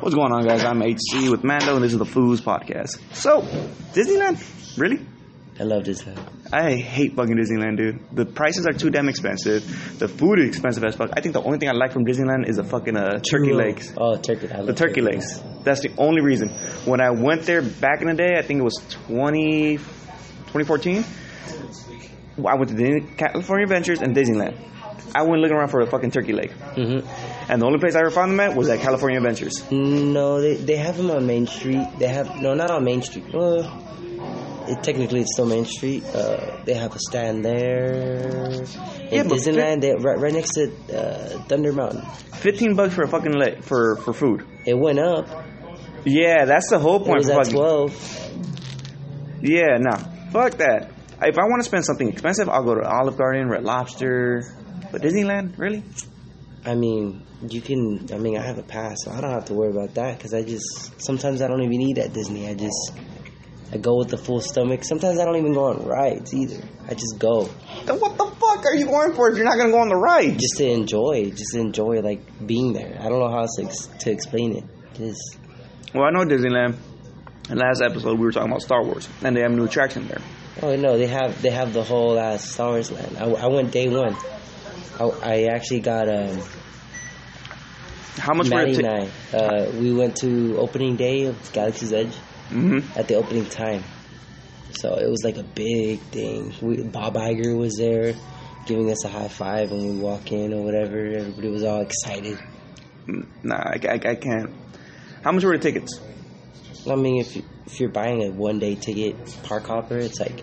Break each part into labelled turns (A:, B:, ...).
A: What's going on, guys? I'm HC with Mando, and this is the Foos Podcast. So, Disneyland? Really?
B: I love uh, Disneyland.
A: I hate fucking Disneyland, dude. The prices are too damn expensive. The food is expensive as fuck. I think the only thing I like from Disneyland is the fucking uh, turkey legs.
B: Oh, turkey. I love
A: The turkey legs. That's the only reason. When I went there back in the day, I think it was 20, 2014, I went to Disney, California Adventures and Disneyland. I went looking around for a fucking turkey leg.
B: Mm-hmm.
A: And the only place I ever found them at was at California Adventures.
B: No, they they have them on Main Street. They have no, not on Main Street. Well, it, technically it's still Main Street. Uh, they have a stand there. In
A: Yeah, but
B: Disneyland, they, right, right next to uh, Thunder Mountain.
A: 15 bucks for a fucking leg, for, for food.
B: It went up.
A: Yeah, that's the whole
B: It
A: point.
B: was
A: for
B: at
A: fucking-
B: twelve.
A: Yeah, no. Fuck that. If I want to spend something expensive, I'll go to Olive Garden, Red Lobster. But Disneyland, really?
B: I mean, you can. I mean, I have a pass, so I don't have to worry about that because I just sometimes I don't even eat at Disney. I just I go with a full stomach. Sometimes I don't even go on rides either. I just go
A: Then what the fuck are you going for if you're not going to go on the ride?
B: just to enjoy, just to enjoy like being there. I don't know how else to, ex- to explain it. Just
A: Well, I know Disneyland. In last episode, we were talking about Star Wars, and they have a new attraction there.
B: oh no, they have they have the whole ass Star Wars land. I, I went day one. I, I actually got um,
A: How much
B: Maddie
A: were
B: and I. Uh, we went to opening day of Galaxy's Edge.
A: hmm
B: at the opening time. So it was like a big thing. We, Bob Iger was there giving us a high five when we walk in or whatever. Everybody was all excited.
A: Nah, I, I, I can't. How much were the tickets?
B: I mean, if, you- if you're buying a one day ticket, Park Hopper, it's like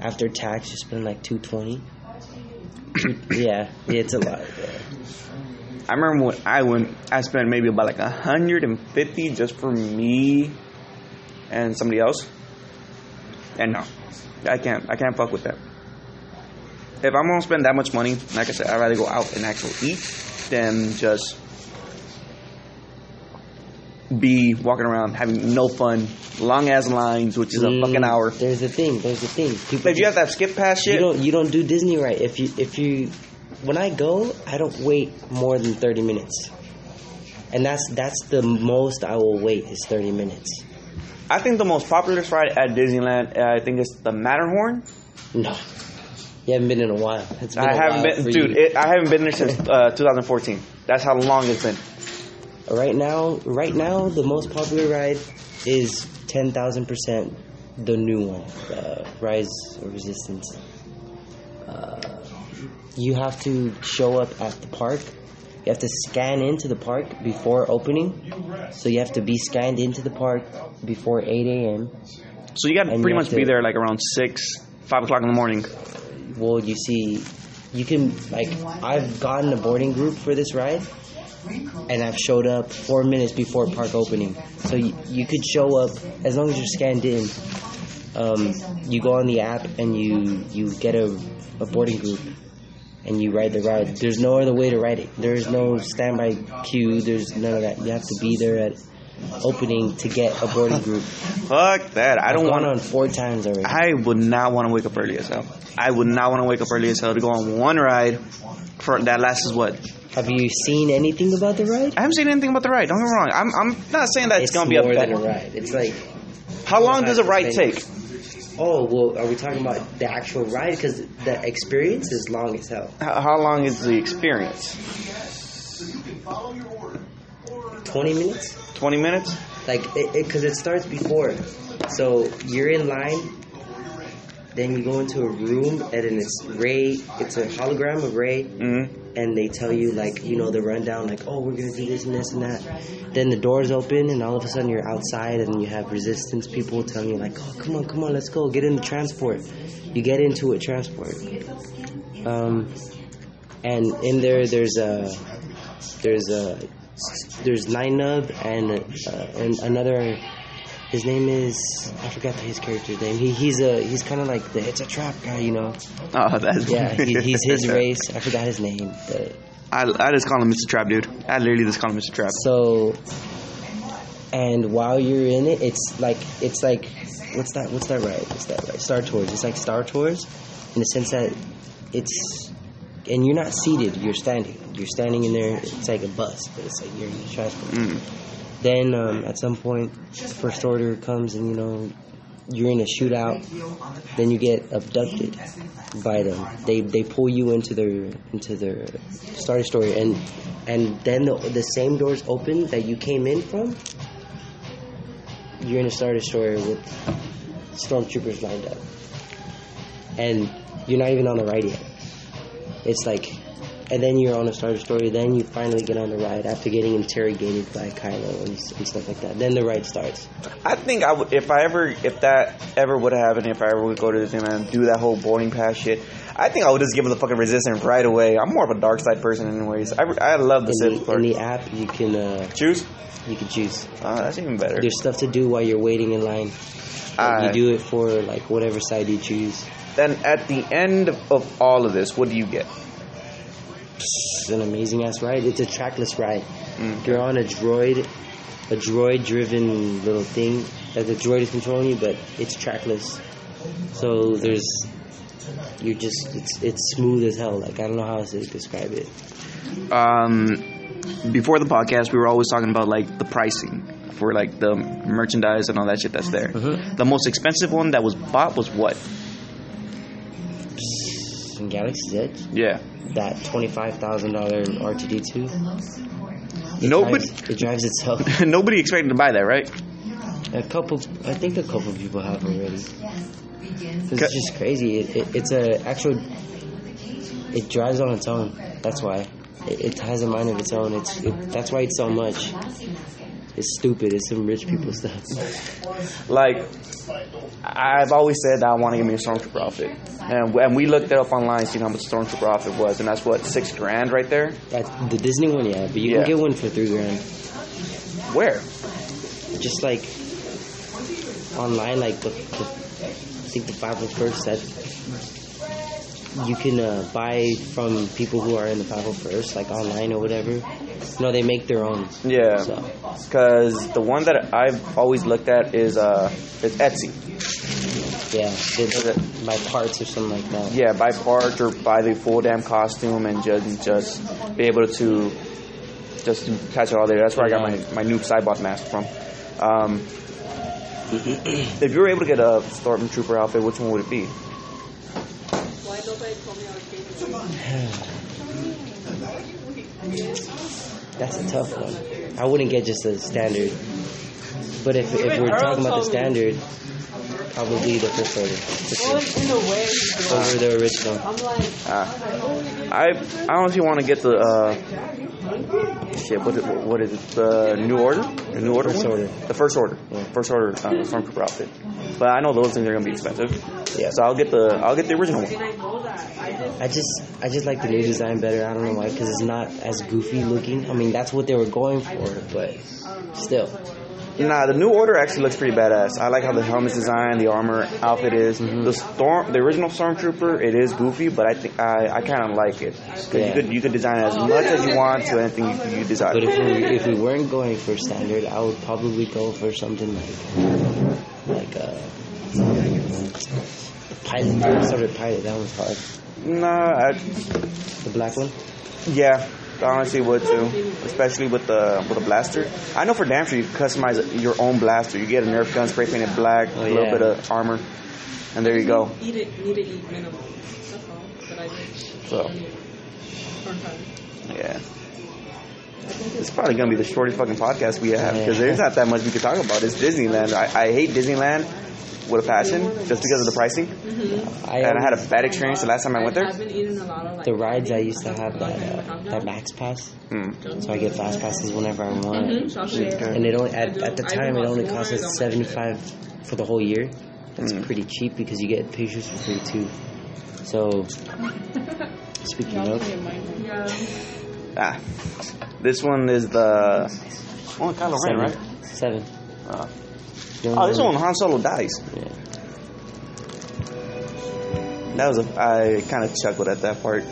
B: after tax, you spend like 220 Yeah, yeah, it's a lot. yeah.
A: I remember when I went, I spent maybe about like 150 just for me and somebody else. And no, I can't, I can't fuck with that. If I'm gonna spend that much money, like I said, I'd rather go out and actually eat than just be walking around having no fun, long ass lines, which is a
B: Mm,
A: fucking hour.
B: There's a thing, there's a thing. People
A: If you have that skip pass
B: you
A: shit,
B: don't you don't do Disney right. If you if you when I go, I don't wait more than thirty minutes, and that's that's the most I will wait is thirty minutes.
A: I think the most popular ride at Disneyland, uh, I think, is the Matterhorn.
B: No, you haven't been in a while. It's been
A: I
B: a
A: haven't
B: while
A: been,
B: for
A: dude.
B: you.
A: It, I haven't been there since uh, 2014. That's how long it's been.
B: right now, right now, the most popular ride is ten thousand percent the new one, uh, Rise of Resistance. Uh, you have to show up at the park. You have to scan into the park before opening. So you have to be scanned into the park before 8 a.m.
A: So you got to
B: And
A: pretty
B: you
A: much
B: have
A: be
B: to-
A: there like around six, five o'clock in the morning.
B: Well, you see, you can, like, I've gotten a boarding group for this ride, and I've showed up four minutes before park opening. So you, you could show up, as long as you're scanned in, um, you go on the app and you, you get a, a boarding group. And you ride the ride. There's no other way to ride it. There's no standby queue. There's none of that. You have to be there at opening to get a boarding group.
A: Fuck that. I don't
B: I've gone
A: want to.
B: on four times already.
A: I would not want to wake up early as hell. I would not want to wake up early as hell to go on one ride for that lasts what.
B: Have you seen anything about the ride?
A: I haven't seen anything about the ride. Don't get me wrong. I'm, I'm not saying that it's, gonna be a
B: more
A: bad.
B: than a ride. It's like,
A: How long does a ride
B: Thanks.
A: take?
B: oh well, are we talking about the actual ride? Because the experience is long as hell.
A: How, how long is the experience?
B: Twenty minutes,
A: Twenty minutes.
B: like because it, 'cause it starts before, so you're in line. Then you go into a room, and then it's Ray. It's a hologram of Ray,
A: Mm-hmm.
B: and they tell you like you know the rundown, like oh we're gonna do this and this and that. Then the doors open, and all of a sudden you're outside, and you have resistance people telling you like oh come on come on let's go get in the transport. You get into a transport. Um, and in there, there's a there's a there's Ninub and uh, and another. His name is I forgot his character's name. He he's a he's kind of like the it's a trap guy, you know.
A: Oh, that's
B: Yeah, he, he's his race. I forgot his name. but-
A: I, I just call him Mr. Trap, dude. I literally just call him Mr. Trap.
B: So, and while you're in it, it's like it's like what's that? What's that ride? What's that ride? Star Tours. It's like Star Tours, in the sense that it's and you're not seated. You're standing. You're standing in there. It's like a bus, but it's like you're in the transport.
A: Mm.
B: Then um, at some point, the first order comes and you know you're in a shootout. Then you get abducted by them. They they pull you into their into their starting story and and then the the same doors open that you came in from. You're in a starter story with stormtroopers lined up, and you're not even on the ride yet. It's like, and then you're on a starter story. Then you finally get on the ride after getting interrogated by Kylo and, s- and stuff like that. Then the ride starts.
A: I think I would, if I ever, if that ever would have happened, if I ever would go to Disneyland and do that whole boarding pass shit, I think I would just give the fucking resistance right away. I'm more of a dark side person, anyways. I, I love the
B: In
A: Sith
B: the, in
A: part.
B: the app, you can uh,
A: Choose?
B: you can choose.
A: Uh, that's even better.
B: There's stuff to do while you're waiting in line.
A: Aye.
B: you do it for like whatever side you choose.
A: Then at the end of all of this, what do you get?
B: It's an amazing ass ride. It's a trackless ride. You're on a droid, a droid driven little thing that the droid is controlling you, but it's trackless. So there's, you're just it's it's smooth as hell. Like I don't know how else to describe it.
A: Um, before the podcast, we were always talking about like the pricing for like the merchandise and all that shit that's there.
B: Mhm.
A: The most expensive one that was bought was what?
B: In Galaxy's Edge,
A: Yeah.
B: that twenty five thousand dollar R2D two.
A: Nobody,
B: it drives itself.
A: nobody expected to buy that, right?
B: A couple, I think a couple people have already. 'Cause
A: Ca-
B: It's just crazy. It, it, it's a actual. It drives on its own. That's why. It, it has a mind of its own. It's it, that's why it's so much. It's stupid. It's some rich people stuff.
A: Like, I've always said that I want to give me a stormtrooper outfit, and and we looked it up online, seen how much a stormtrooper outfit was, and that's what six grand right there.
B: At the Disney one, yeah, but you
A: Yeah.
B: can get one for three grand.
A: Where?
B: Just like online, like the, the I think the Bible first that you can uh, buy from people who are in the Bible first, like online or whatever. You know, they make their own.
A: Yeah,
B: So.
A: because the one that I've always looked at is uh, it's Etsy.
B: Yeah, they did by parts or something like that.
A: yeah, buy parts or buy the full damn costume and just just be able to just catch it all there. That's where I got my my new Cybot mask from. Um, if you were able to get a stormtrooper outfit, which one would it be?
C: Why nobody told me I was getting one?
B: That's a tough one. I wouldn't get just a standard. But if, if we're talking about the standard, probably the first order. for sure.
C: Well, in a way, he did.
B: Over the original.
C: I'm like,
A: Uh,
C: I only get
A: I I honestly want to get the uh, shit. What is, what is it? The new order? The new order?
B: First
A: one?
B: order.
A: The first order. First order uh, stormtrooper outfit. But I know those things are gonna be expensive. Yeah. So I'll get the I'll get the original one.
C: I know that. I didn't.
B: I just I just like the new design better. I don't know why, because it's not as goofy looking. I mean, that's what they were going for, but still.
A: Nah, the new order actually looks pretty badass. I like how the helmet's designed, the armor outfit is.
B: Mm-hmm.
A: The storm, the original stormtrooper, it is goofy, but I think I, I kind of like it. 'Cause You
B: Yeah.
A: could you could design it as much as you want to anything you, you desire.
B: But if we, if we weren't going for standard, I would probably go for something like like uh, pilot. I started pilot. That was hard.
A: Nah, I,
B: The black one.
A: yeah, I honestly would too, especially with the with the blaster. I know for damn sure you can customize your own blaster. You get a Nerf gun, spray painted black, a little
B: Oh, yeah.
A: bit of armor, and there you go.
C: Eat it. Need to eat minimal. That's all. But I did.
A: So.
C: Burn time.
A: Yeah. It's probably gonna be the shortest fucking podcast we have because there's not that much we can talk about. It's Disneyland. I, I hate Disneyland with a passion just because of the pricing.
B: I
A: And I had
B: had
A: a bad experience the last time I went there.
C: I've been eating a lot of like.
B: the rides I used to have that uh, that Max Pass,
A: Hmm.
B: so
C: Mm-hmm.
B: I get fast passes whenever I want.
C: Mhm, chocolate.
A: Mm-hmm.
B: And it only at, at the time it only cost us seventy five for the whole year. That's
A: Mm.
B: pretty cheap because you get pictures for free too. So speaking of,
C: Yeah.
A: Ah. This one is the. Oh, Kylo Ren,
B: seven,
A: right?
B: seven.
A: Uh,
B: You don't
A: oh, this
B: know-
A: one Han Solo dies.
B: Yeah.
A: That was a. I kind of chuckled at that part.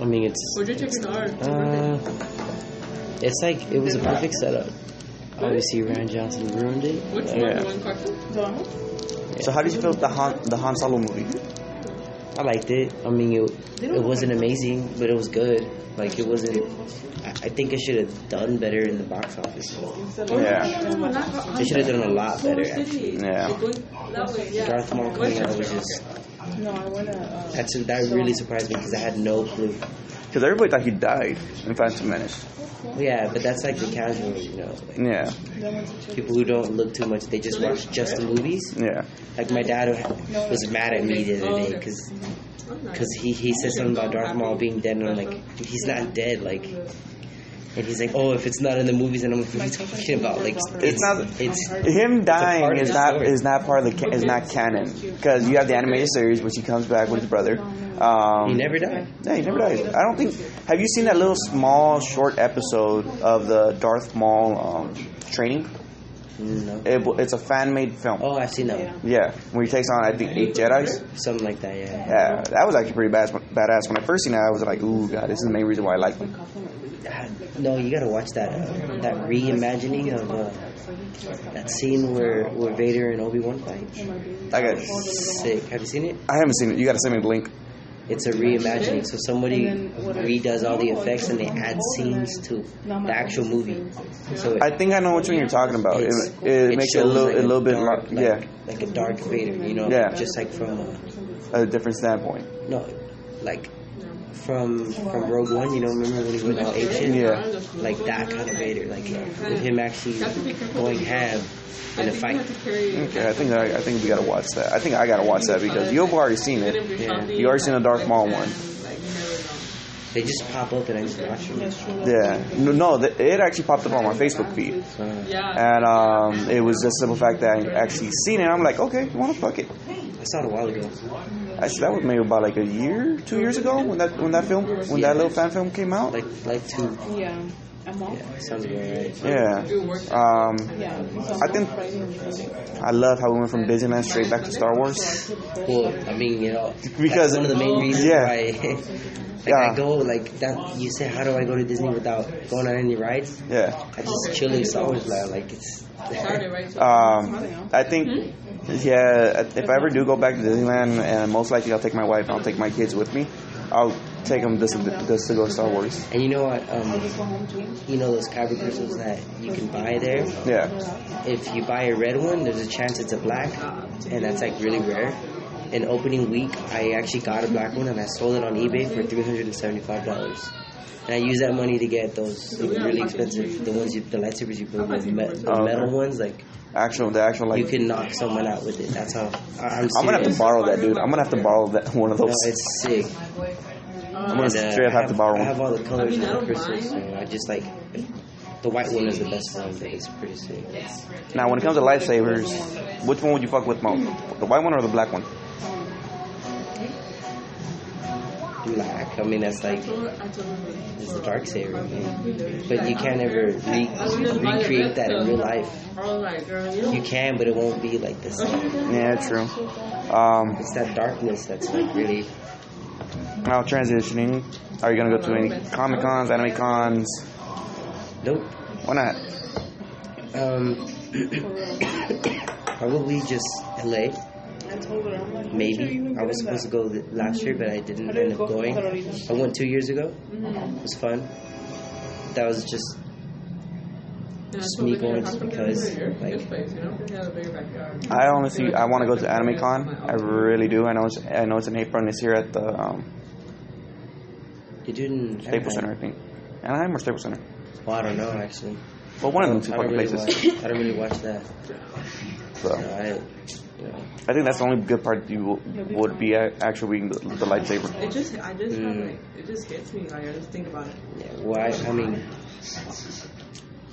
B: I mean, it's
C: Where'd you take your car?
B: uh, it's like it was a perfect setup. Obviously, Ryan Johnson ruined it.
C: Which
B: but-
C: one?
A: yeah.
C: The one cartoon? Donald?
A: So how did you feel about the Han the Han Solo movie?
B: I liked it. I mean, it, it wasn't amazing, but it was good. Like it wasn't. I, I think I should have done better in the box office.
A: Yeah.
B: I should have done a lot better. Actually.
A: Yeah.
C: That way, yeah.
B: Darth Maul coming out was just.
D: No, I wanna. Uh,
B: That's that really surprised me because I had no clue.
A: Because everybody thought he died in Phantom Menace.
B: Yeah, but that's like the casual, you know. Like
A: Yeah.
D: that one's a chicken.
B: people who don't look too much, they just watch just the movies.
A: Yeah.
B: Like my dad was mad at me the other day
D: oh,
B: because because he, he said something about Darth Maul being dead, and I'm like, he's not dead, like. And he's like, oh, if it's not in the movies, then I'm like, what are you talking about? Like,
A: It's not-
B: It's
A: Him dying
B: part of
A: is
B: the
A: not
B: story.
A: is not part of the ca- is not canon because you have the animated series which he comes back with his brother. Um,
B: he never died.
A: Yeah, he never dies. I don't think. Have you seen that little small short episode of the Darth Maul um, training?
B: No.
A: It, w- it's a fan made film.
B: Oh, I've seen that. One.
A: Yeah, where he takes on I think eight Jedi's.
B: Something like that. Yeah.
A: Yeah, that was actually pretty bad, badass. When I first seen that, I was like, "Ooh, god, this is the main reason why I like him."
B: Ah, No, you gotta watch that uh, that reimagining of uh, that scene where where Vader and Obi Wan fight.
A: I got,
B: Sick. Have you seen it?
A: I haven't seen it. You gotta send me the link.
B: It's a reimagining. So somebody redoes all the effects and they add scenes to the actual movie. So it,
A: I think I know which one you're talking about. It,
B: It's-
A: it, makes it a
B: shows
A: little,
B: like
A: a little bit,
B: dark,
A: lar-
B: like,
A: yeah,
B: like a dark Vader. You know,
A: Yeah.
B: just like from uh,
A: a different standpoint.
B: no, like from from Rogue One. You know, remember when he went all ancient?
A: Yeah,
B: Like that kind of Vader, like with him actually going ham in a fight.
A: okay. I think I, I think we gotta watch that. I think I gotta watch that because you've already seen it. You already seen the Darth Maul one.
B: They just pop up and I just watch them.
A: Yeah, no, no the, it actually popped up on my Facebook feed,
B: Uh,
A: and um, it was just the simple fact that I actually seen it. I'm like, okay, well, fuck it.
B: I saw it a while ago.
A: Actually, that was maybe about like a year, two years ago when that when that film when that little fan film came out.
B: Like like two.
D: Yeah. I'm off.
B: Yeah, sounds about right.
A: Yeah. Um,
D: Yeah.
A: I think- I love how we went from Disneyland straight back to Star Wars.
B: Well, I mean, you know,
A: Because-
B: that's one of the main reasons
A: yeah.
B: why. like
A: Yeah.
B: I go like that. You say, how do I go to Disney without going on any rides?
A: Yeah.
B: I just chill in Star Wars Land. Like it's.
A: Um, I think, yeah, if I ever do go back to Disneyland, and most likely I'll take my wife and I'll take my kids with me, I'll take them just, just to go to Star Wars.
B: And you know what? Um, you know those kyber crystals that you can buy there.
A: Yeah.
B: If you buy a red one, there's a chance it's a black, and that's like really rare. In opening week, I actually got a black one and I sold it on eBay for three hundred and seventy-five dollars. And I used that money to get those really expensive, the ones you, the lightsabers you build, with, the, me- the
A: Oh, okay.
B: metal ones. Like
A: Actual, the actual,
B: you
A: like,
B: can knock someone out with it. That's how. I- I'm,
A: I'm gonna have to
B: serious.
A: borrow that, dude. I'm gonna have to borrow that one of
B: No,
A: those.
B: it's sick.
E: uh,
A: I'm gonna straight up have to borrow
B: I have
A: one.
B: all the colors of the crystals, so I just like the white one is the best one. But it's pretty sick.
A: Now, when it comes to lifesavers, which one would you fuck with most? The white one or the black one?
B: Black. I mean, that's like It's the dark saber, man. But you can't ever re- recreate that in real life. You can, but it won't be like this.
A: Yeah, true. Um,
B: It's that darkness that's like really.
A: now transitioning. Are you gonna go to any comic cons, anime cons?
B: Nope.
A: Why not?
B: Um, probably just LA. Maybe I was supposed to go th- last year, but I didn't end up going. I went two years ago. It was fun. That was just just me going just because, like,
A: I honestly, I want to go to Anime Con. I really do. I know it's, I know it's in April and it's here at the um,
B: you didn't.
A: Staples Center, I think. Anaheim or Staples Center?
B: Well, I don't know actually.
A: Well, one of them two
B: I
A: fucking
B: don't really
A: places.
B: watch. I don't really watch that.
A: So
B: No,
A: I
B: I, you know,
A: think that's the only good part you w- would be a- actually being the, the lightsaber.
E: It just, I just have
B: Mm.
E: like, it just gets me. Like I just think about it.
B: yeah, well, I, I mean,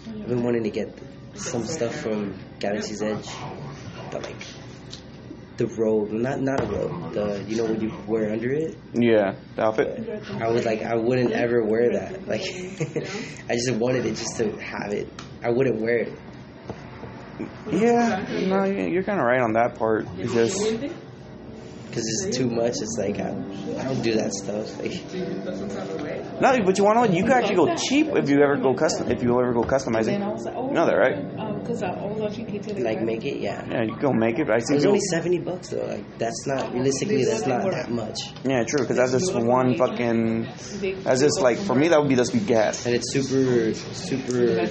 B: I've been wanting to get some stuff from Galaxy's Edge, but like the robe, not not a robe, the you know what you wear under it.
A: Yeah, the outfit.
B: I would like, I wouldn't ever wear that. Like, I just wanted it just to have it. I wouldn't wear it.
A: Yeah, no, you- you're kind of right on that part. It's just
B: because it's too much. It's like I, I don't do that stuff. Like
E: Do you put some type of weight?
A: No, but you want to know what? You can actually go cheap if you ever go custom. If you ever go customizing.
D: Then I was like, oh,
A: You know that, right?
D: Because I always thought you could tell
B: like make it, yeah.
A: Yeah, you can go make it. I
B: It
A: see.
B: was
A: people-
B: only seventy bucks though. Like that's not realistically, that's not that much,
A: Yeah, true. Because that's just one fucking. That's just like for me. That would be just be gas.
B: and it's super, super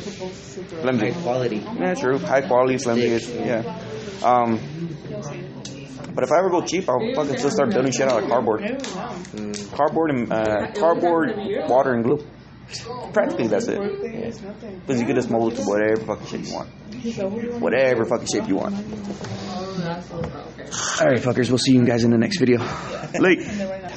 A: Let
B: high
A: me.
B: quality.
A: Yeah, true. High quality, slim dish. Yeah. Um, but if I ever go cheap, I'll fucking just start building shit out of cardboard,
B: Mm.
A: cardboard and uh, cardboard, water and glue. Practically, that's it. Because you can just mold it to whatever fucking shape you want. Whatever fucking shape you want.
E: Oh, that's okay.
A: Alright, fuckers, we'll see you guys in the next video. Late.